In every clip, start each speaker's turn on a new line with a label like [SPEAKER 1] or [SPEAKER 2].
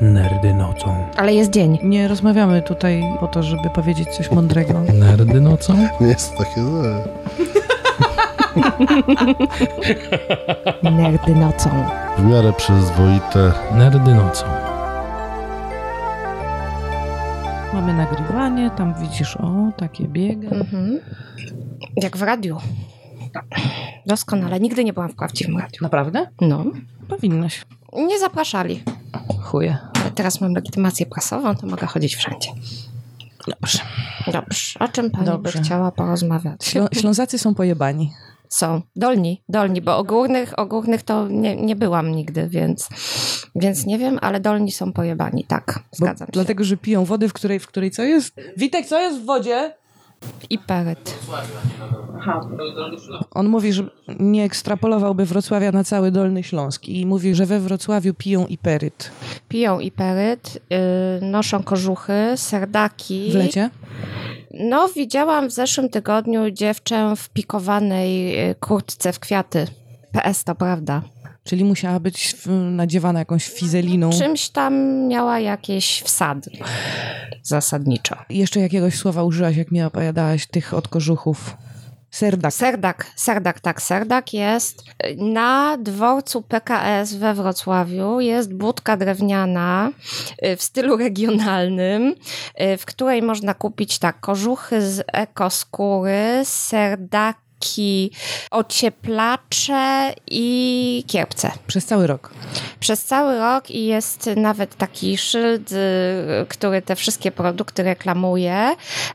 [SPEAKER 1] Nerdy nocą.
[SPEAKER 2] Ale jest dzień.
[SPEAKER 3] Nie rozmawiamy tutaj po to, żeby powiedzieć coś mądrego.
[SPEAKER 1] Nerdy nocą?
[SPEAKER 4] Nie jest takie złe.
[SPEAKER 2] Nerdy nocą.
[SPEAKER 4] W miarę przyzwoite.
[SPEAKER 1] Nerdy nocą.
[SPEAKER 3] Mamy nagrywanie, tam widzisz, o, takie biega.
[SPEAKER 5] Mm.
[SPEAKER 2] Mhm. Jak w radiu. Doskonale. Nigdy nie byłam w prawdziwym radiu.
[SPEAKER 3] Naprawdę?
[SPEAKER 2] No.
[SPEAKER 3] Powinnaś.
[SPEAKER 2] Nie zapraszali.
[SPEAKER 3] Chuje.
[SPEAKER 2] Ale teraz mam legitymację prasową, to mogę chodzić wszędzie.
[SPEAKER 3] Dobrze.
[SPEAKER 2] Dobrze. O czym pani
[SPEAKER 3] Dobrze.
[SPEAKER 2] by chciała porozmawiać?
[SPEAKER 5] Ślą- Ślązacy są pojebani.
[SPEAKER 2] Są. Dolni. Dolni, bo o górnych, o górnych to nie, nie byłam nigdy, więc, więc nie wiem, ale dolni są pojebani. Tak,
[SPEAKER 5] Bo,
[SPEAKER 2] zgadzam się.
[SPEAKER 5] dlatego, że piją wodę, w której, w której co jest? Witek, co jest w wodzie?
[SPEAKER 2] I peret.
[SPEAKER 5] On mówi, że nie ekstrapolowałby Wrocławia na cały Dolny Śląsk i mówi, że we Wrocławiu piją iperyt.
[SPEAKER 2] Piją iperyt, yy, noszą kożuchy, serdaki.
[SPEAKER 5] W lecie?
[SPEAKER 2] No, widziałam w zeszłym tygodniu dziewczę w pikowanej y, kurtce w kwiaty. PS to prawda.
[SPEAKER 5] Czyli musiała być w, nadziewana jakąś fizeliną.
[SPEAKER 3] Mhm.
[SPEAKER 2] Czymś tam miała jakieś wsady zasadniczo.
[SPEAKER 5] Jeszcze jakiegoś słowa użyłaś, jak mi opowiadałaś tych od kożuchów. Serdak.
[SPEAKER 2] Serdak, serdak, tak, serdak jest. y, Na dworcu PKS we Wrocławiu jest budka drewniana y, w stylu regionalnym, y, w której można kupić tak kożuchy z ekoskóry, serdaki, ocieplacze i kierpce.
[SPEAKER 5] Przez cały rok.
[SPEAKER 2] przez cały rok i jest nawet taki szyld, y, który te wszystkie produkty reklamuje,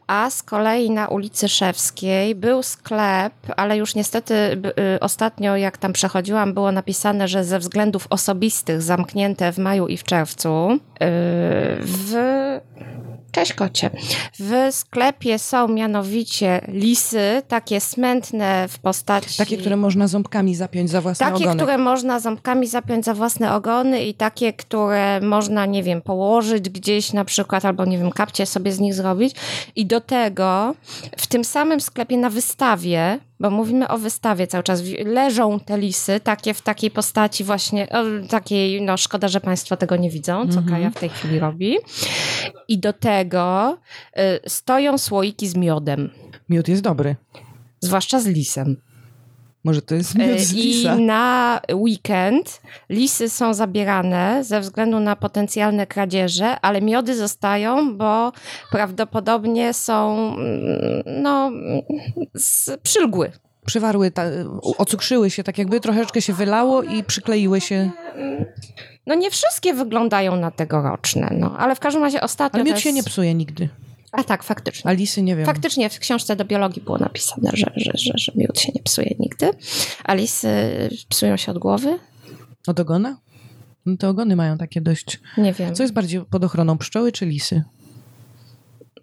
[SPEAKER 2] a z kolei na ulicy Szewskiej był sklep, ale już niestety b- y, ostatnio jak tam przechodziłam było napisane, że ze względów osobistych zamknięte w maju i w czerwcu y, w... Cześć kocie. W sklepie są mianowicie lisy, takie smętne w postaci...
[SPEAKER 5] Takie, które można ząbkami zapiąć za własne
[SPEAKER 2] Takie,
[SPEAKER 5] ogonek.
[SPEAKER 2] które można ząbkami zapiąć za własne ogony i takie, które można, nie wiem, położyć gdzieś na przykład, albo nie wiem, kapcie sobie z nich zrobić. I do tego w tym samym sklepie na wystawie, bo mówimy o wystawie cały czas, wi- leżą te lisy, takie w takiej postaci właśnie, o, takiej, no szkoda, że państwo tego nie widzą, co Kaja w tej chwili robi. I do tego y, stoją słoiki z miodem,
[SPEAKER 5] Miód jest dobry.
[SPEAKER 2] zwłaszcza z lisem.
[SPEAKER 5] Może to jest miód z
[SPEAKER 2] Y,
[SPEAKER 5] lisa.
[SPEAKER 2] I na weekend lisy są zabierane ze względu na potencjalne kradzieże, ale miody zostają, bo prawdopodobnie są mm, no, z przylgły.
[SPEAKER 5] Przywarły, ta, u- ocukrzyły się, tak jakby troszeczkę się wylało i przykleiły się.
[SPEAKER 2] No nie wszystkie wyglądają na tegoroczne, no, ale w każdym razie ostatnio
[SPEAKER 5] Ale miód
[SPEAKER 2] to
[SPEAKER 5] się nie
[SPEAKER 2] jest...
[SPEAKER 5] psuje nigdy.
[SPEAKER 2] A tak, faktycznie.
[SPEAKER 5] A lisy nie wiem.
[SPEAKER 2] Faktycznie w książce do biologii było napisane, że, że, że, że miód się nie psuje nigdy, a lisy psują się od głowy?
[SPEAKER 5] Od ogona? No te ogony mają takie dość.
[SPEAKER 2] Nie wiem.
[SPEAKER 5] Co jest bardziej pod ochroną pszczoły czy lisy?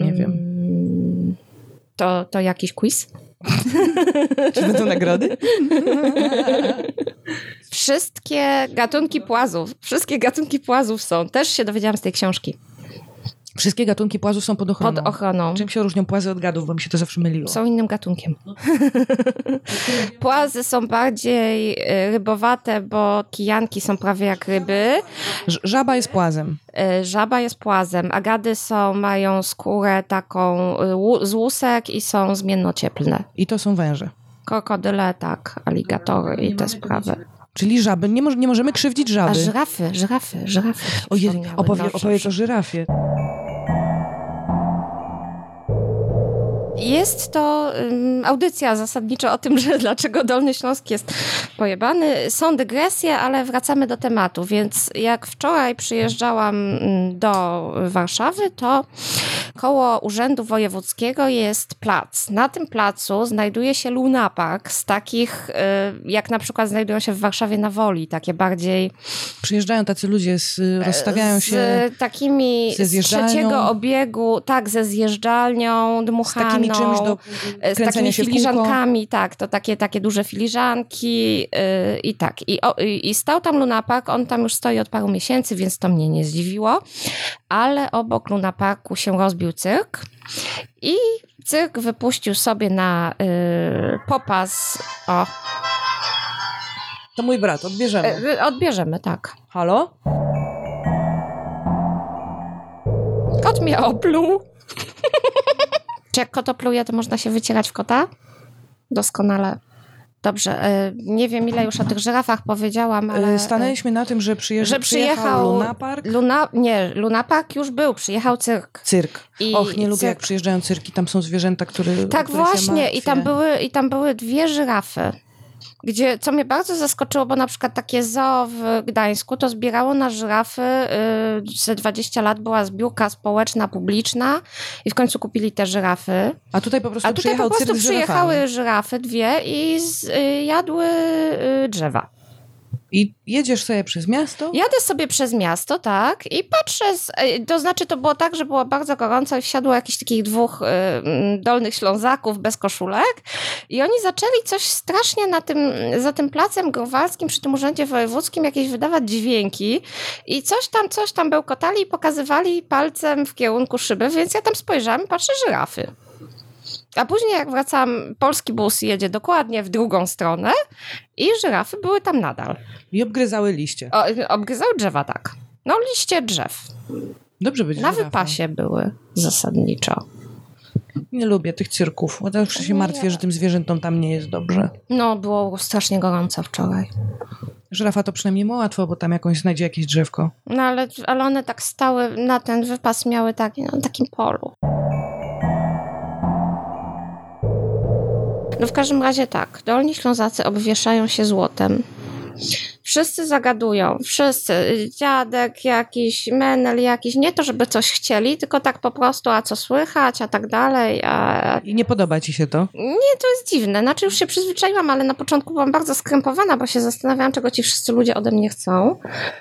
[SPEAKER 5] Nie wiem.
[SPEAKER 2] Mm, To, to jakiś quiz?
[SPEAKER 5] Czy będą nagrody?
[SPEAKER 2] Wszystkie gatunki płazów, wszystkie gatunki płazów są. Też się dowiedziałam z tej książki.
[SPEAKER 5] Wszystkie gatunki płazów są pod ochroną.
[SPEAKER 2] Pod ochroną.
[SPEAKER 5] Czym się różnią płazy od gadów, bo mi się to zawsze myliło.
[SPEAKER 2] Są innym gatunkiem.
[SPEAKER 5] No.
[SPEAKER 2] Płazy są bardziej e, rybowate, bo kijanki są prawie jak ryby.
[SPEAKER 5] Ż- Żaba jest płazem.
[SPEAKER 2] E, Żaba jest płazem. Agady są, mają skórę taką e, łu- z łusek i są zmiennocieplne.
[SPEAKER 5] I to są węże.
[SPEAKER 2] Krokodyle, tak, aligatory i te sprawy.
[SPEAKER 5] Czyli żaby. Nie, moż- nie możemy krzywdzić
[SPEAKER 2] A
[SPEAKER 5] żaby.
[SPEAKER 2] żyrafy, żyrafy, żyrafy. się
[SPEAKER 5] Ojej,
[SPEAKER 2] przypomniały.
[SPEAKER 5] opowie,
[SPEAKER 2] Dobrze.
[SPEAKER 5] opowiedz o żyrafie.
[SPEAKER 2] Jest to ym, audycja zasadniczo o tym, że dlaczego Dolny Śląsk jest pojebany. Są dygresje, ale wracamy do tematu. Więc jak wczoraj przyjeżdżałam mm, do Warszawy, to koło Urzędu Wojewódzkiego jest plac. Na tym placu znajduje się lunapark z takich, y, jak na przykład znajdują się w Warszawie na Woli, takie bardziej
[SPEAKER 5] Przyjeżdżają tacy ludzie, z, rozstawiają
[SPEAKER 2] E, z
[SPEAKER 5] się
[SPEAKER 2] takimi
[SPEAKER 5] ze
[SPEAKER 2] z
[SPEAKER 5] zjeżdżalnią.
[SPEAKER 2] trzeciego obiegu, tak, ze zjeżdżalnią,
[SPEAKER 5] z
[SPEAKER 2] dmuchaną
[SPEAKER 5] takimi
[SPEAKER 2] e,
[SPEAKER 5] czymś do
[SPEAKER 2] z
[SPEAKER 5] kręcenia
[SPEAKER 2] takimi
[SPEAKER 5] się w kółko.
[SPEAKER 2] filiżankami, tak, to takie, takie duże filiżanki yy, i tak. I, o, i, I stał tam Lunapark, on tam już stoi od paru miesięcy, więc to mnie nie zdziwiło, ale obok Lunaparku się rozbił cyrk i cyrk wypuścił sobie na yy, popas, o, E, y,
[SPEAKER 5] To mój brat, odbierzemy.
[SPEAKER 2] yy, odbierzemy, tak.
[SPEAKER 5] Halo?
[SPEAKER 2] kot mnie opluł. Czy jak kot opluje, to można się wycierać w kota? Doskonale. Dobrze, y, nie wiem ile już o tych żyrafach powiedziałam, ale...
[SPEAKER 3] E,
[SPEAKER 2] y,
[SPEAKER 3] Stanęliśmy na tym, że, przyjeżdż-
[SPEAKER 2] że
[SPEAKER 3] przyjechał,
[SPEAKER 2] przyjechał-
[SPEAKER 3] Luna Park.
[SPEAKER 2] Luna, nie, Lunapak już był, przyjechał cyrk.
[SPEAKER 3] Cyrk.
[SPEAKER 2] I
[SPEAKER 3] Och, nie lubię jak
[SPEAKER 2] cyrk.
[SPEAKER 3] przyjeżdżają cyrki, tam są zwierzęta, które
[SPEAKER 2] Tak
[SPEAKER 3] o które się
[SPEAKER 2] właśnie, i tam,
[SPEAKER 3] martwię.
[SPEAKER 2] były, i tam były dwie żyrafy. Gdzie, co mnie bardzo zaskoczyło, bo na przykład takie zoo w Gdańsku to zbierało na żyrafy, y, ze 20 lat była zbiórka społeczna, publiczna i w końcu kupili te żyrafy.
[SPEAKER 3] A tutaj po prostu
[SPEAKER 2] A tutaj
[SPEAKER 3] przyjechał
[SPEAKER 2] po prostu
[SPEAKER 3] cyrk z żyrafami.
[SPEAKER 2] przyjechały żyrafy dwie i z, y, jadły y, drzewa.
[SPEAKER 3] I jedziesz sobie przez miasto?
[SPEAKER 2] Jadę sobie przez miasto, tak, i patrzę, z, y, to znaczy to było tak, że było bardzo gorąco i wsiadło jakichś takich dwóch y, mm, dolnych ślązaków bez koszulek i oni zaczęli coś strasznie na tym, za tym placem growalskim przy tym urzędzie wojewódzkim jakieś wydawać dźwięki i coś tam, coś tam bełkotali i pokazywali palcem w kierunku szyby, więc ja tam spojrzałam i patrzę żyrafy. A później jak wracam, polski bus jedzie dokładnie w drugą stronę i żyrafy były tam nadal.
[SPEAKER 3] I obgryzały liście.
[SPEAKER 2] O, obgryzał drzewa, tak. No liście drzew.
[SPEAKER 3] Dobrze będzie.
[SPEAKER 2] Na
[SPEAKER 3] żyrafą.
[SPEAKER 2] wypasie były zasadniczo.
[SPEAKER 3] Nie lubię tych cyrków. Bo zawsze się
[SPEAKER 2] Nie.
[SPEAKER 3] martwię, że tym zwierzętom tam nie jest dobrze.
[SPEAKER 2] No, było strasznie gorąco wczoraj.
[SPEAKER 3] Żyrafa to przynajmniej ma łatwo, bo tam jakąś znajdzie jakieś drzewko.
[SPEAKER 2] No, ale, ale one tak stały na ten wypas, miały taki, na takim polu. No w każdym razie tak, Dolni Ślązacy obwieszają się złotem. Wszyscy zagadują, wszyscy, dziadek jakiś, menel jakiś, nie to, żeby coś chcieli, tylko tak po prostu, a co słychać, a tak dalej, a,
[SPEAKER 3] I nie podoba ci się to?
[SPEAKER 2] Nie, to jest dziwne. Znaczy już się przyzwyczaiłam, ale na początku byłam bardzo skrępowana, bo się zastanawiałam, czego ci wszyscy ludzie ode mnie chcą.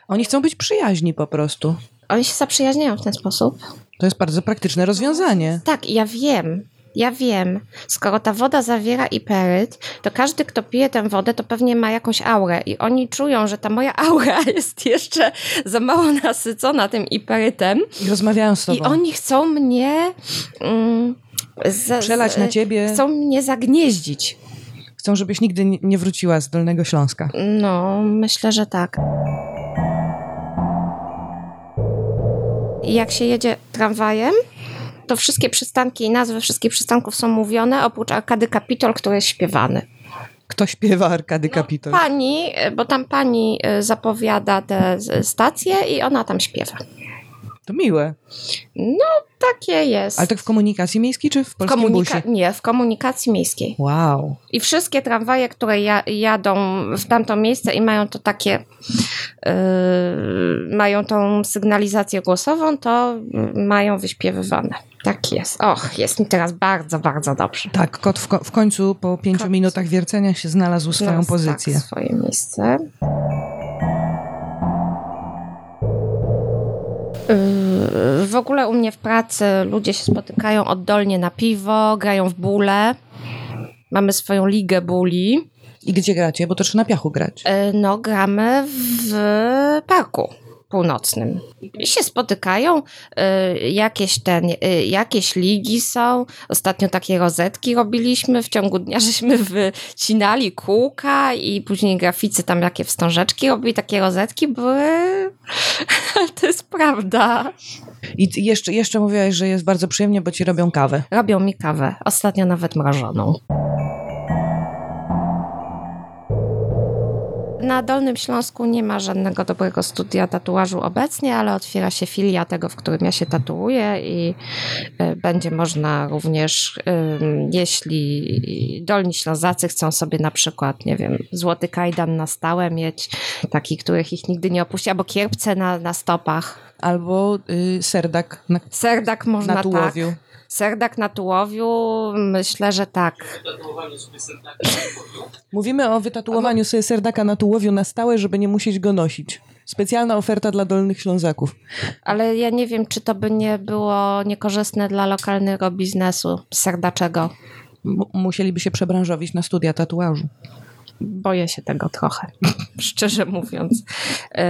[SPEAKER 3] Oni chcą być przyjaźni po prostu.
[SPEAKER 2] Oni się zaprzyjaźniają w ten sposób.
[SPEAKER 3] To jest bardzo praktyczne rozwiązanie.
[SPEAKER 2] Tak, ja wiem. Ja wiem, skoro ta woda zawiera iperyt, to każdy, kto pije tę wodę, to pewnie ma jakąś aurę i oni czują, że ta moja aura jest jeszcze za mało nasycona tym iperytem
[SPEAKER 3] I rozmawiają z tobą.
[SPEAKER 2] i oni chcą mnie mm, za-
[SPEAKER 3] Przelać na ciebie. Chcą...
[SPEAKER 2] chcą mnie zagnieździć.
[SPEAKER 3] żebyś nigdy nie- nie wróciła z Dolnego Śląska.
[SPEAKER 2] No, myślę, że tak. Jak się jedzie tramwajem, to wszystkie przystanki i nazwy wszystkich przystanków są mówione, oprócz Arkady Kapitol, który jest śpiewany.
[SPEAKER 3] Kto śpiewa Arkady
[SPEAKER 2] No,
[SPEAKER 3] Kapitol?
[SPEAKER 2] Pani, bo tam pani y, zapowiada te z- stacje i ona tam śpiewa.
[SPEAKER 3] To miłe.
[SPEAKER 2] No, takie jest.
[SPEAKER 3] Ale tak w komunikacji miejskiej czy w
[SPEAKER 2] w
[SPEAKER 3] polskim busie?
[SPEAKER 2] nie, w komunikacji miejskiej.
[SPEAKER 3] Wow.
[SPEAKER 2] I wszystkie tramwaje, które ja, jadą w tamto miejsce i mają to takie, yy, mają tą sygnalizację głosową, to yy, mają wyśpiewywane. Tak jest. Och, jest mi teraz bardzo, bardzo dobrze.
[SPEAKER 3] Tak, kot w, ko- w końcu po pięciu
[SPEAKER 2] Kot.
[SPEAKER 3] minutach wiercenia się znalazł swoją
[SPEAKER 2] No,
[SPEAKER 3] pozycję.
[SPEAKER 2] Tak, swoje miejsce. Yy, W ogóle u mnie w pracy ludzie się spotykają oddolnie na piwo, grają w bóle. Mamy swoją ligę bóli.
[SPEAKER 3] I gdzie gracie? Bo to trzeba na piachu grać.
[SPEAKER 2] E, No, gramy w parku północnym. I się spotykają, e, jakieś, ten, e, jakieś ligi są. Ostatnio takie rozetki robiliśmy w ciągu dnia, żeśmy wycinali kółka i później graficy tam jakie wstążeczki robili, takie rozetki były. Ale to jest prawda.
[SPEAKER 3] I ty jeszcze, jeszcze mówiłaś, że jest bardzo przyjemnie, bo ci robią kawę.
[SPEAKER 2] Robią mi kawę, ostatnio nawet mrożoną. Na Dolnym Śląsku nie ma żadnego dobrego studia tatuażu obecnie, ale otwiera się filia tego, w którym ja się tatuuję i y, będzie można również, ym, jeśli Dolni Ślązacy chcą sobie na przykład, nie wiem, złoty kajdan na stałe mieć, taki, których ich nigdy nie opuści, albo kierpce na, na stopach.
[SPEAKER 3] Albo y, serdak na,
[SPEAKER 2] Serdak można tak.
[SPEAKER 3] na tułowiu.
[SPEAKER 2] Serdak na tułowiu, myślę, że tak.
[SPEAKER 3] Mówimy o wytatuowaniu sobie serdaka na tułowiu na stałe, żeby nie musieć go nosić. Specjalna oferta dla dolnych Ślązaków.
[SPEAKER 2] Ale ja nie wiem, czy to by nie było niekorzystne dla lokalnego biznesu serdaczego.
[SPEAKER 3] M- musieliby się przebranżowić na studia tatuażu.
[SPEAKER 2] Boję się tego trochę, szczerze mówiąc. Yy,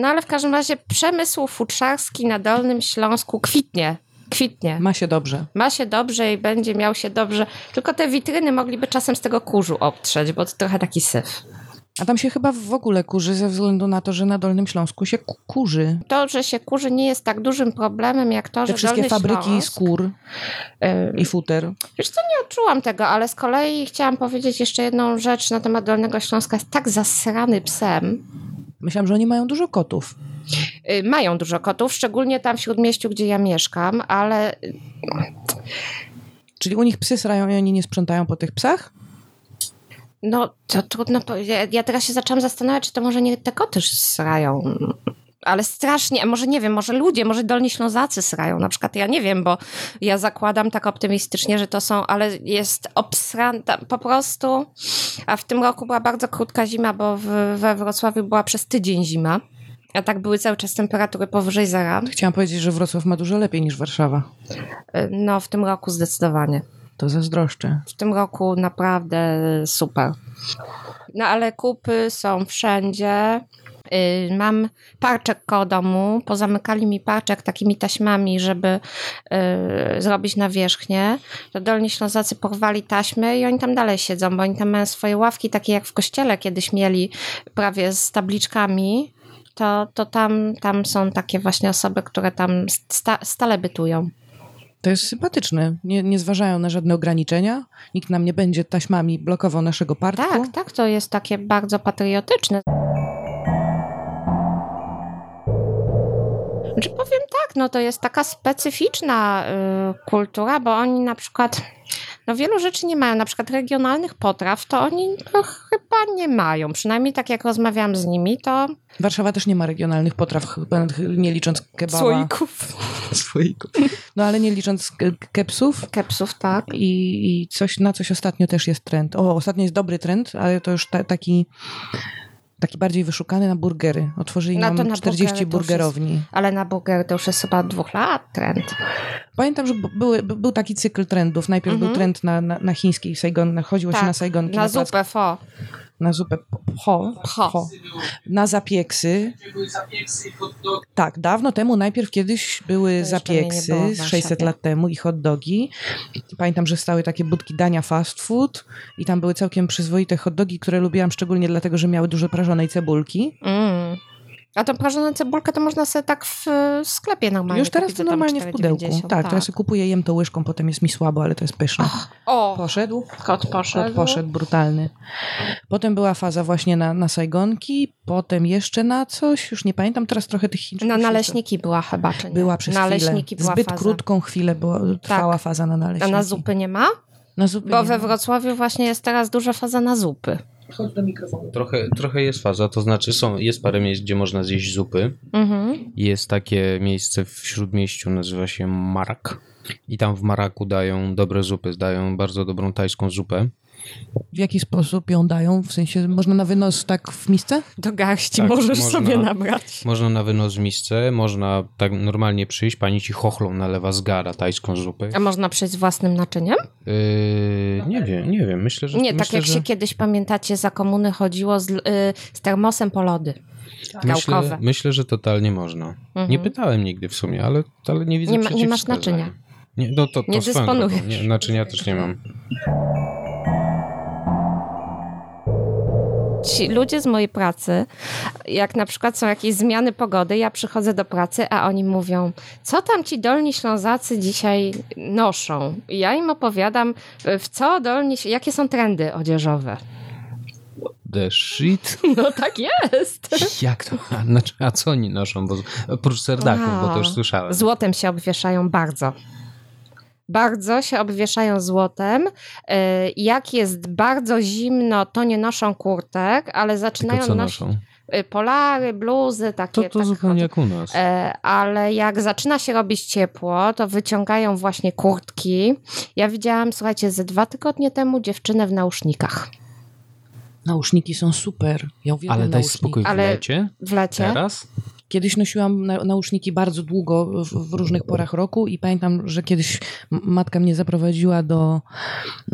[SPEAKER 2] No ale w każdym razie przemysł futrzarski na Dolnym Śląsku kwitnie. Kwitnie.
[SPEAKER 3] Ma się dobrze.
[SPEAKER 2] Ma się dobrze i będzie miał się dobrze. Tylko te witryny mogliby czasem z tego kurzu obtrzeć, bo to trochę taki syf.
[SPEAKER 3] A tam się chyba w ogóle kurzy ze względu na to, że na Dolnym Śląsku się ku- kurzy.
[SPEAKER 2] To, że się kurzy, nie jest tak dużym problemem, jak to,
[SPEAKER 3] Te
[SPEAKER 2] że
[SPEAKER 3] wszystkie
[SPEAKER 2] Dolny
[SPEAKER 3] fabryki
[SPEAKER 2] Śląsk,
[SPEAKER 3] skór
[SPEAKER 2] y,
[SPEAKER 3] i futer.
[SPEAKER 2] Wiesz co, nie odczułam tego, ale z kolei chciałam powiedzieć jeszcze jedną rzecz na temat Dolnego Śląska. Jest tak zasrany psem.
[SPEAKER 3] Myślałam, że oni mają dużo kotów.
[SPEAKER 2] Y, Mają dużo kotów, szczególnie tam w Śródmieściu, gdzie ja mieszkam, ale y,
[SPEAKER 3] Czyli u nich psy srają i oni nie sprzątają po tych psach?
[SPEAKER 2] no to trudno powiedzieć. Ja teraz się zaczęłam zastanawiać, czy to może nie te koty srają. Ale strasznie, a może nie wiem, może ludzie, może dolni ślązacy srają na przykład, ja nie wiem, bo ja zakładam tak optymistycznie, że to są, ale jest obsran, tam po prostu, a w tym roku była bardzo krótka zima, bo w, we Wrocławiu była przez tydzień zima, a tak były cały czas temperatury powyżej zera,
[SPEAKER 3] Chciałam powiedzieć, że Wrocław ma dużo lepiej niż Warszawa.
[SPEAKER 2] Y, no w tym roku zdecydowanie.
[SPEAKER 3] To zazdroszczę.
[SPEAKER 2] w tym roku naprawdę super. No ale kupy są wszędzie. Yy, Mam parczek koło domu. Pozamykali mi parczek takimi taśmami, żeby yy, zrobić nawierzchnię. To Dolni Ślązacy porwali taśmy i oni tam dalej siedzą, bo oni tam mają swoje ławki, takie jak w kościele kiedyś mieli, prawie z tabliczkami. To, to tam, tam są takie właśnie osoby, które tam sta, stale bytują.
[SPEAKER 3] To jest sympatyczne. Nie, nie zważają na żadne ograniczenia. Nikt nam nie będzie taśmami blokował naszego parku.
[SPEAKER 2] Tak, tak, to jest takie bardzo patriotyczne. Czy powiem tak, no to jest taka specyficzna y, kultura, bo oni na przykład, no wielu rzeczy nie mają, na przykład regionalnych potraw, to oni no, chyba nie mają, przynajmniej tak jak rozmawiam z nimi, to
[SPEAKER 3] Warszawa też nie ma regionalnych potraw, chyba nie licząc kebaba. Słoików. No ale nie licząc ke- kepsów.
[SPEAKER 2] kepsów, tak.
[SPEAKER 3] I, i coś, na coś ostatnio też jest trend. O, ostatnio jest dobry trend, ale to już ta, taki, taki bardziej wyszukany na burgery. Otworzyli
[SPEAKER 2] No to
[SPEAKER 3] nam
[SPEAKER 2] na
[SPEAKER 3] 40
[SPEAKER 2] burgery to już
[SPEAKER 3] burgerowni.
[SPEAKER 2] Ale na burger to już jest chyba od dwóch lat trend.
[SPEAKER 3] Pamiętam, że b- były, b- był taki cykl trendów. Najpierw
[SPEAKER 2] Mhm.
[SPEAKER 3] był trend na, na, na chińskiej Saigon, chodziło
[SPEAKER 2] Tak,
[SPEAKER 3] się na Saigonki,
[SPEAKER 2] Na
[SPEAKER 3] plac-
[SPEAKER 2] zupę fo.
[SPEAKER 3] na zupę p- pho,
[SPEAKER 2] Pho.
[SPEAKER 3] na zapieksy. Tak, dawno temu, najpierw kiedyś były
[SPEAKER 2] jeszcze mnie nie
[SPEAKER 3] zapieksy,
[SPEAKER 2] było w
[SPEAKER 3] z
[SPEAKER 2] Warszawie.
[SPEAKER 3] 600 lat temu i hot dogi. Pamiętam, że stały takie budki dania fast food i tam były całkiem przyzwoite hot dogi, które lubiłam szczególnie dlatego, że miały dużo prażonej cebulki.
[SPEAKER 2] Mm. A tą prażoną cebulkę to można sobie tak w e, sklepie normalnie
[SPEAKER 3] Już teraz
[SPEAKER 2] kupić,
[SPEAKER 3] to
[SPEAKER 2] tam
[SPEAKER 3] normalnie w
[SPEAKER 2] 4,90.
[SPEAKER 3] pudełku. Tak, teraz je kupuję, jem to łyżką, potem jest mi słabo, ale to jest pyszne.
[SPEAKER 2] O,
[SPEAKER 3] Poszedł?
[SPEAKER 2] kot poszedł.
[SPEAKER 3] Kot poszedł brutalny. Potem była faza właśnie na, na Saigonki, potem jeszcze na coś, już nie pamiętam, teraz trochę tych chińczyków.
[SPEAKER 2] Na
[SPEAKER 3] się-
[SPEAKER 2] naleśniki była chyba, czy nie?
[SPEAKER 3] tak. Była przez
[SPEAKER 2] naleśniki
[SPEAKER 3] chwilę.
[SPEAKER 2] była
[SPEAKER 3] Zbyt
[SPEAKER 2] faza.
[SPEAKER 3] krótką chwilę była, trwała faza na
[SPEAKER 2] A
[SPEAKER 3] naleśniki.
[SPEAKER 2] na zupy nie ma?
[SPEAKER 3] Na zupy
[SPEAKER 2] Bo
[SPEAKER 3] nie
[SPEAKER 2] we
[SPEAKER 3] ma.
[SPEAKER 2] Wrocławiu właśnie jest teraz duża faza na zupy.
[SPEAKER 6] Trochę, trochę jest faza, to znaczy są, jest parę miejsc, gdzie można zjeść zupy.
[SPEAKER 2] Mhm.
[SPEAKER 6] Jest takie miejsce w Śródmieściu, nazywa się Marak. I tam w Maraku dają dobre zupy, dają bardzo dobrą tajską zupę.
[SPEAKER 3] W jaki sposób ją dają? W sensie, można na wynos tak w misce?
[SPEAKER 2] Do garści
[SPEAKER 6] Tak,
[SPEAKER 2] możesz
[SPEAKER 6] można.
[SPEAKER 2] sobie nabrać.
[SPEAKER 6] Można na wynos w misce, można tak normalnie przyjść, pani ci chochlą nalewa z gara tajską zupę.
[SPEAKER 2] A można przyjść z własnym naczyniem?
[SPEAKER 6] Yy, nie wiem, nie wiem, myślę, że...
[SPEAKER 2] Nie, tak
[SPEAKER 6] myślę,
[SPEAKER 2] jak
[SPEAKER 6] że,
[SPEAKER 2] się kiedyś pamiętacie za komuny chodziło z, l- y, z termosem po lody.
[SPEAKER 6] myślę,
[SPEAKER 2] gałkowe.
[SPEAKER 6] myślę, że totalnie można.
[SPEAKER 2] Mhm.
[SPEAKER 6] Nie pytałem nigdy w sumie, ale, ale nie widzę
[SPEAKER 2] Nie ma- nie masz
[SPEAKER 6] przeciwwskazań.
[SPEAKER 2] naczynia.
[SPEAKER 6] Nie, no to, to
[SPEAKER 2] Nie
[SPEAKER 6] swoją drogą.
[SPEAKER 2] dysponujesz.
[SPEAKER 6] Nie, naczynia też nie mam.
[SPEAKER 2] ci ludzie z mojej pracy, jak na przykład są jakieś zmiany pogody, ja przychodzę do pracy, a oni mówią, co tam ci dolni ślązacy dzisiaj noszą? I ja im opowiadam, e, w co dolni, Śl- jakie są trendy odzieżowe.
[SPEAKER 6] The shit?
[SPEAKER 2] No tak jest.
[SPEAKER 6] Jak to? A, znaczy, a co oni noszą? Bo, oprócz serdaków, bo to już słyszałem.
[SPEAKER 2] Złotem się obwieszają bardzo. Bardzo się obwieszają złotem. Y, Jak jest bardzo zimno, to nie noszą kurtek, ale zaczynają
[SPEAKER 6] Tylko co
[SPEAKER 2] nosić
[SPEAKER 6] noszą?
[SPEAKER 2] y, polary, bluzy, takie.
[SPEAKER 6] To, to
[SPEAKER 2] tak
[SPEAKER 6] zupełnie jak u nas.
[SPEAKER 2] E, ale jak zaczyna się robić ciepło, to wyciągają właśnie kurtki. Ja widziałam, słuchajcie, ze dwa tygodnie temu dziewczynę w nausznikach
[SPEAKER 3] Nauszniki są super. Ja uwielbiam
[SPEAKER 6] Ale daj
[SPEAKER 3] nauszniki.
[SPEAKER 6] spokój w
[SPEAKER 2] Ale-
[SPEAKER 6] lecie?
[SPEAKER 2] w lecie.
[SPEAKER 6] Teraz? No
[SPEAKER 3] Kiedyś nosiłam na, nauszniki bardzo długo w, w różnych porach roku i pamiętam, że kiedyś m- matka mnie zaprowadziła do,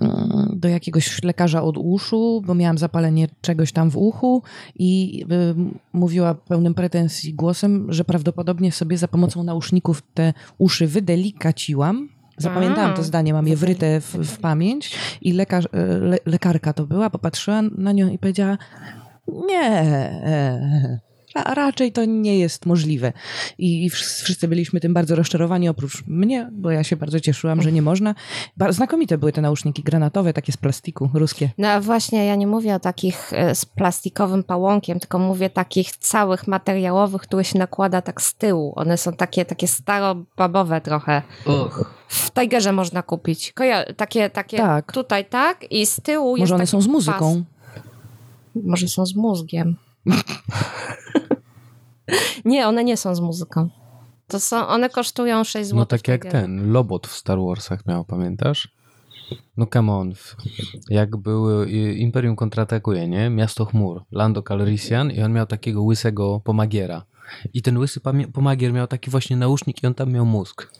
[SPEAKER 3] mm, do jakiegoś lekarza od uszu, bo miałam zapalenie czegoś tam w uchu i y, mówiła pełnym pretensji głosem, że prawdopodobnie sobie za pomocą nauszników te uszy wydelikaciłam. Zapamiętałam
[SPEAKER 2] A.
[SPEAKER 3] to zdanie, mam je wryte w, e, w pamięć i lekarz, le, lekarka to była, popatrzyła na nią i powiedziała Nie. e, Ra, raczej to nie jest możliwe. I, i wszyscy wszyscy byliśmy tym bardzo rozczarowani, oprócz mnie, bo ja się bardzo cieszyłam, że nie można. Ba- znakomite były te nauszniki granatowe, takie z plastiku, ruskie.
[SPEAKER 2] No a właśnie, ja nie mówię o takich e, z plastikowym pałąkiem, tylko mówię takich całych materiałowych, które się nakłada tak z tyłu. One są takie, takie starobabowe trochę. W Tigerze można kupić. Koja- takie, takie
[SPEAKER 3] Tak.
[SPEAKER 2] tutaj tak i z tyłu jest
[SPEAKER 3] Może one
[SPEAKER 2] taki
[SPEAKER 3] są z muzyką.
[SPEAKER 2] Pas. Może są z mózgiem. nie, one nie są z muzyką. To są, one kosztują 6 zł.
[SPEAKER 6] No tak jak ten, Lobot w Star Warsach miał, pamiętasz? No come on, w- jak były y, Imperium kontratakuje, nie? Miasto chmur, Lando Calrissian i on miał takiego łysego pomagiera. I ten łysy pami- pomagier miał taki właśnie nausznik i on tam miał mózg.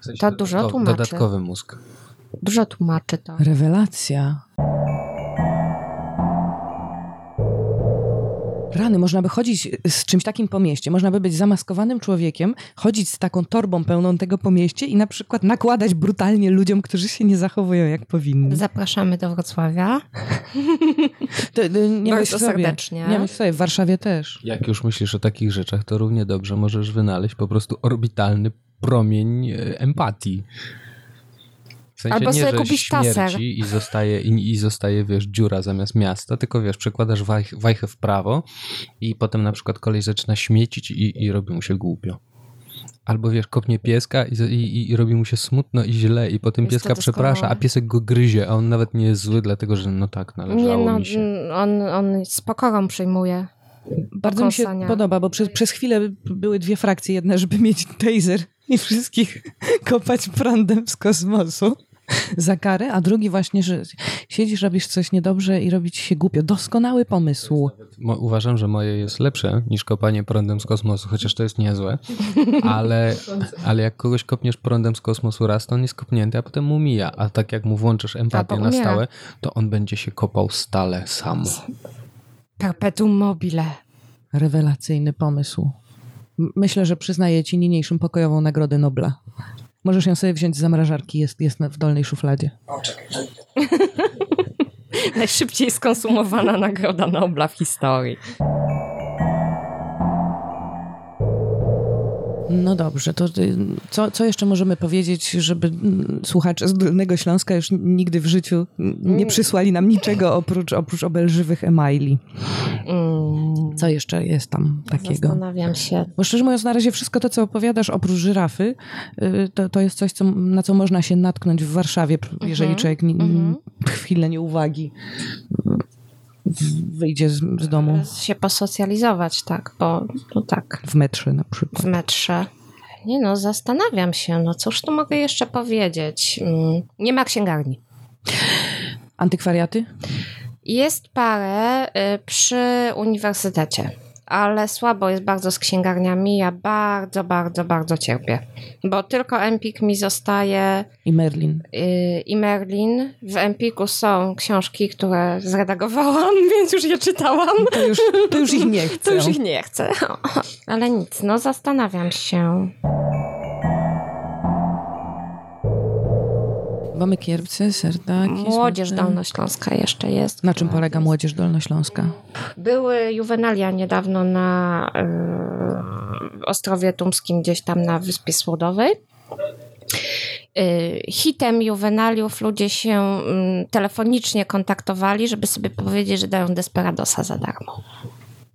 [SPEAKER 6] W sensie
[SPEAKER 2] To dużo
[SPEAKER 6] dodatko-
[SPEAKER 2] tłumaczy.
[SPEAKER 6] Dodatkowy mózg.
[SPEAKER 2] Dużo tłumaczy to.
[SPEAKER 3] Rewelacja. Rany, można by chodzić z czymś takim po mieście. Można by być zamaskowanym człowiekiem, chodzić z taką torbą pełną tego po mieście i na przykład nakładać brutalnie ludziom, którzy się nie zachowują jak powinni.
[SPEAKER 2] Zapraszamy do Wrocławia.
[SPEAKER 3] To, to nie
[SPEAKER 2] Bardzo
[SPEAKER 3] myśl sobie.
[SPEAKER 2] serdecznie.
[SPEAKER 3] Nie myśl sobie, w Warszawie też.
[SPEAKER 6] Jak już myślisz o takich rzeczach, to równie dobrze możesz wynaleźć po prostu orbitalny promień e, empatii. W sensie
[SPEAKER 2] Albo
[SPEAKER 6] nie,
[SPEAKER 2] sobie
[SPEAKER 6] że
[SPEAKER 2] kupisz
[SPEAKER 6] śmierci
[SPEAKER 2] taser.
[SPEAKER 6] I zostaje, i, i zostaje, wiesz, dziura zamiast miasta, tylko wiesz, przekładasz wajch, wajchę w prawo i potem na przykład kolej zaczyna śmiecić i, i robi mu się głupio. Albo wiesz, kopnie pieska i, z- i, i- i robi mu się smutno i źle i potem
[SPEAKER 2] Jest to
[SPEAKER 6] pieska przeprasza,
[SPEAKER 2] doskonałe.
[SPEAKER 6] a piesek go gryzie, a on nawet nie jest zły, dlatego że no tak,
[SPEAKER 2] Nie
[SPEAKER 6] należało
[SPEAKER 2] no,
[SPEAKER 6] mi się.
[SPEAKER 2] n- on, on z pokorą przyjmuje.
[SPEAKER 3] Bardzo mi się
[SPEAKER 2] Pokąsania.
[SPEAKER 3] podoba, bo przez, przez chwilę były dwie frakcje. Jedna, żeby mieć taser i wszystkich kopać prądem z kosmosu za karę, a drugi właśnie, że siedzisz, robisz coś niedobrze i robi ci się głupio. Doskonały pomysł.
[SPEAKER 6] Mo- uważam, że moje jest lepsze niż kopanie prądem z kosmosu, chociaż to jest niezłe, ale, ale jak kogoś kopniesz prądem z kosmosu raz, to on jest kopnięty, a potem mu mija, a tak jak mu włączysz empatię
[SPEAKER 2] Albo
[SPEAKER 6] na
[SPEAKER 2] umiera.
[SPEAKER 6] stałe, to on będzie się kopał stale sam.
[SPEAKER 2] Perpetuum mobile.
[SPEAKER 3] Rewelacyjny pomysł. M- Myślę, że przyznaję ci niniejszym pokojową Nagrodę Nobla. Możesz ją sobie wziąć z zamrażarki, jest, jest na- w dolnej szufladzie.
[SPEAKER 2] Najszybciej skonsumowana nagroda Nobla w historii.
[SPEAKER 3] No dobrze, to y, co, co jeszcze możemy powiedzieć, żeby mm, słuchacze z Dolnego Śląska już nigdy w życiu mm, nie przysłali nam niczego oprócz, oprócz obelżywych emaili?
[SPEAKER 2] Mm,
[SPEAKER 3] Co jeszcze jest tam takiego?
[SPEAKER 2] Zastanawiam się.
[SPEAKER 3] Bo szczerze mówiąc, na razie wszystko to, co opowiadasz oprócz żyrafy, y, to, to jest coś, co, na co można się natknąć w Warszawie, p- jeżeli człowiek ni,
[SPEAKER 2] mhm.
[SPEAKER 3] chwilę nieuwagi w- wyjdzie z, z domu
[SPEAKER 2] Się posocjalizować, tak, bo no tak,
[SPEAKER 3] w metrze na
[SPEAKER 2] w
[SPEAKER 3] przykład.
[SPEAKER 2] metrze. Nie no, zastanawiam się, no cóż tu mogę jeszcze powiedzieć. Mm, Nie ma księgarni.
[SPEAKER 3] Antykwariaty?
[SPEAKER 2] Jest parę y, przy uniwersytecie, ale słabo jest bardzo z księgarniami. Ja bardzo, bardzo, bardzo cierpię, bo tylko Empik mi zostaje
[SPEAKER 3] I Merlin.
[SPEAKER 2] y, i Merlin. W Empiku są książki, które zredagowałam, więc już je czytałam.
[SPEAKER 3] To już, to już ich nie chcę.
[SPEAKER 2] To już ich nie chcę. Ale nic, no zastanawiam się.
[SPEAKER 3] Mamy kierpce, serdaki.
[SPEAKER 2] Młodzież
[SPEAKER 3] smutek.
[SPEAKER 2] Dolnośląska jeszcze jest.
[SPEAKER 3] Na czym
[SPEAKER 2] która
[SPEAKER 3] polega
[SPEAKER 2] jest-
[SPEAKER 3] młodzież dolnośląska?
[SPEAKER 2] Były juwenalia niedawno na y, Ostrowie Tumskim, gdzieś tam na Wyspie Słodowej. Y, Hitem juwenaliów ludzie się mm, telefonicznie kontaktowali, żeby sobie powiedzieć, że dają Desperadosa za darmo.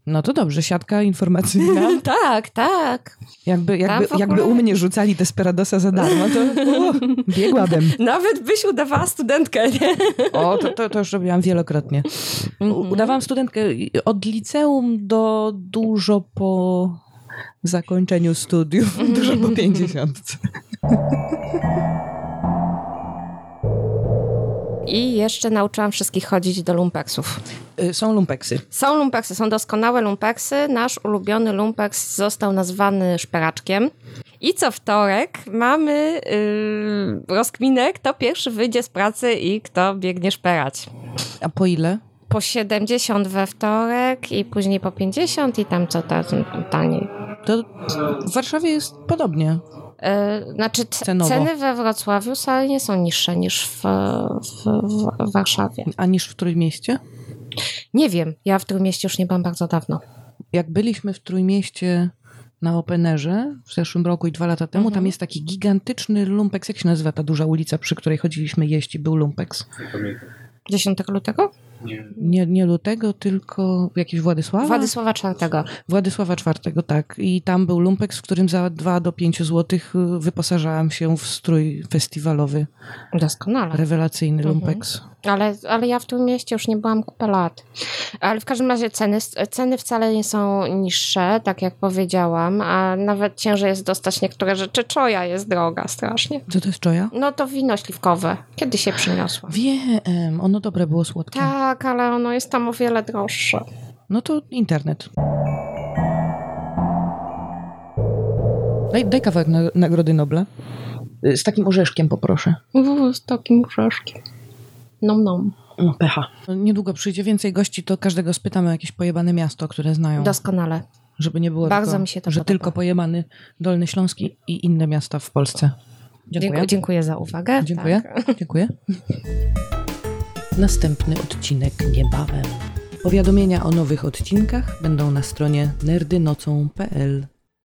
[SPEAKER 3] No to dobrze, siatka informacyjna.
[SPEAKER 2] tak, tak.
[SPEAKER 3] Jakby, jakby,
[SPEAKER 2] w ogóle-
[SPEAKER 3] jakby u mnie rzucali Desperadosa za darmo, to o, biegłabym.
[SPEAKER 2] Nawet byś udawała studentkę, nie?
[SPEAKER 3] O, to, to, to już robiłam wielokrotnie. U,
[SPEAKER 2] Mhm.
[SPEAKER 3] udawałam studentkę i- od liceum do dużo po zakończeniu studiów,
[SPEAKER 2] Mhm.
[SPEAKER 3] dużo po pięćdziesiątce.
[SPEAKER 2] I jeszcze nauczyłam wszystkich chodzić do lumpeksów.
[SPEAKER 3] Y, Są lumpeksy.
[SPEAKER 2] Są lumpeksy, są doskonałe lumpeksy. Nasz ulubiony lumpeks został nazwany szperaczkiem. I co wtorek mamy yy, rozkminę, kto pierwszy wyjdzie z pracy i kto biegnie szperać.
[SPEAKER 3] A po ile?
[SPEAKER 2] Po 70 we wtorek i później po 50 i tam co ta, taniej.
[SPEAKER 3] To w Warszawie jest podobnie.
[SPEAKER 2] Yy, znaczy c-
[SPEAKER 3] Cenowo.
[SPEAKER 2] ceny we Wrocławiu wcale nie są niższe niż w, w, w Warszawie.
[SPEAKER 3] A niż w Trójmieście?
[SPEAKER 2] Nie wiem, ja w tym mieście już nie byłam bardzo dawno.
[SPEAKER 3] jak byliśmy w Trójmieście na Openerze w zeszłym roku i dwa lata temu,
[SPEAKER 2] Mhm.
[SPEAKER 3] tam jest taki gigantyczny lumpeks. Jak się nazywa ta duża ulica, przy której chodziliśmy jeść i był lumpeks?
[SPEAKER 2] 10 lutego?
[SPEAKER 3] Nie, nie lutego, tylko jakiś Władysława?
[SPEAKER 2] Władysława IV.
[SPEAKER 3] Władysława IV, tak. I tam był lumpeks, w którym za 2 do 5 zł wyposażałam się w strój festiwalowy.
[SPEAKER 2] Doskonale.
[SPEAKER 3] Rewelacyjny
[SPEAKER 2] Mhm.
[SPEAKER 3] lumpeks.
[SPEAKER 2] Ale, ale ja w tym mieście już nie byłam kupę lat. Ale w każdym razie ceny, ceny wcale nie są niższe, tak jak powiedziałam, a nawet ciężej jest dostać niektóre rzeczy. Czoja jest droga strasznie.
[SPEAKER 3] Co to jest czoja?
[SPEAKER 2] No to wino śliwkowe. Kiedy się przyniosło?
[SPEAKER 3] Wiem, ono dobre było słodkie.
[SPEAKER 2] Tak, ale ono jest tam o wiele droższe.
[SPEAKER 3] No to internet. Daj, daj kawałek na, Nagrody Nobla. Y, Z takim orzeszkiem poproszę.
[SPEAKER 2] Uuu, z takim orzeszkiem. Nom nom.
[SPEAKER 3] No, pecha. Niedługo przyjdzie więcej gości, to każdego spytamy o jakieś pojebane miasto, które znają.
[SPEAKER 2] Doskonale.
[SPEAKER 3] żeby nie było,
[SPEAKER 2] Bardzo
[SPEAKER 3] tylko,
[SPEAKER 2] mi się to
[SPEAKER 3] że
[SPEAKER 2] podoba.
[SPEAKER 3] tylko pojebany Dolny Śląski i inne miasta w Polsce.
[SPEAKER 2] Dziękuję, dziękuję za uwagę.
[SPEAKER 3] Dziękuję.
[SPEAKER 2] Tak.
[SPEAKER 3] Dziękuję. Następny odcinek niebawem. Powiadomienia o nowych odcinkach będą na stronie nerdynocą.pl.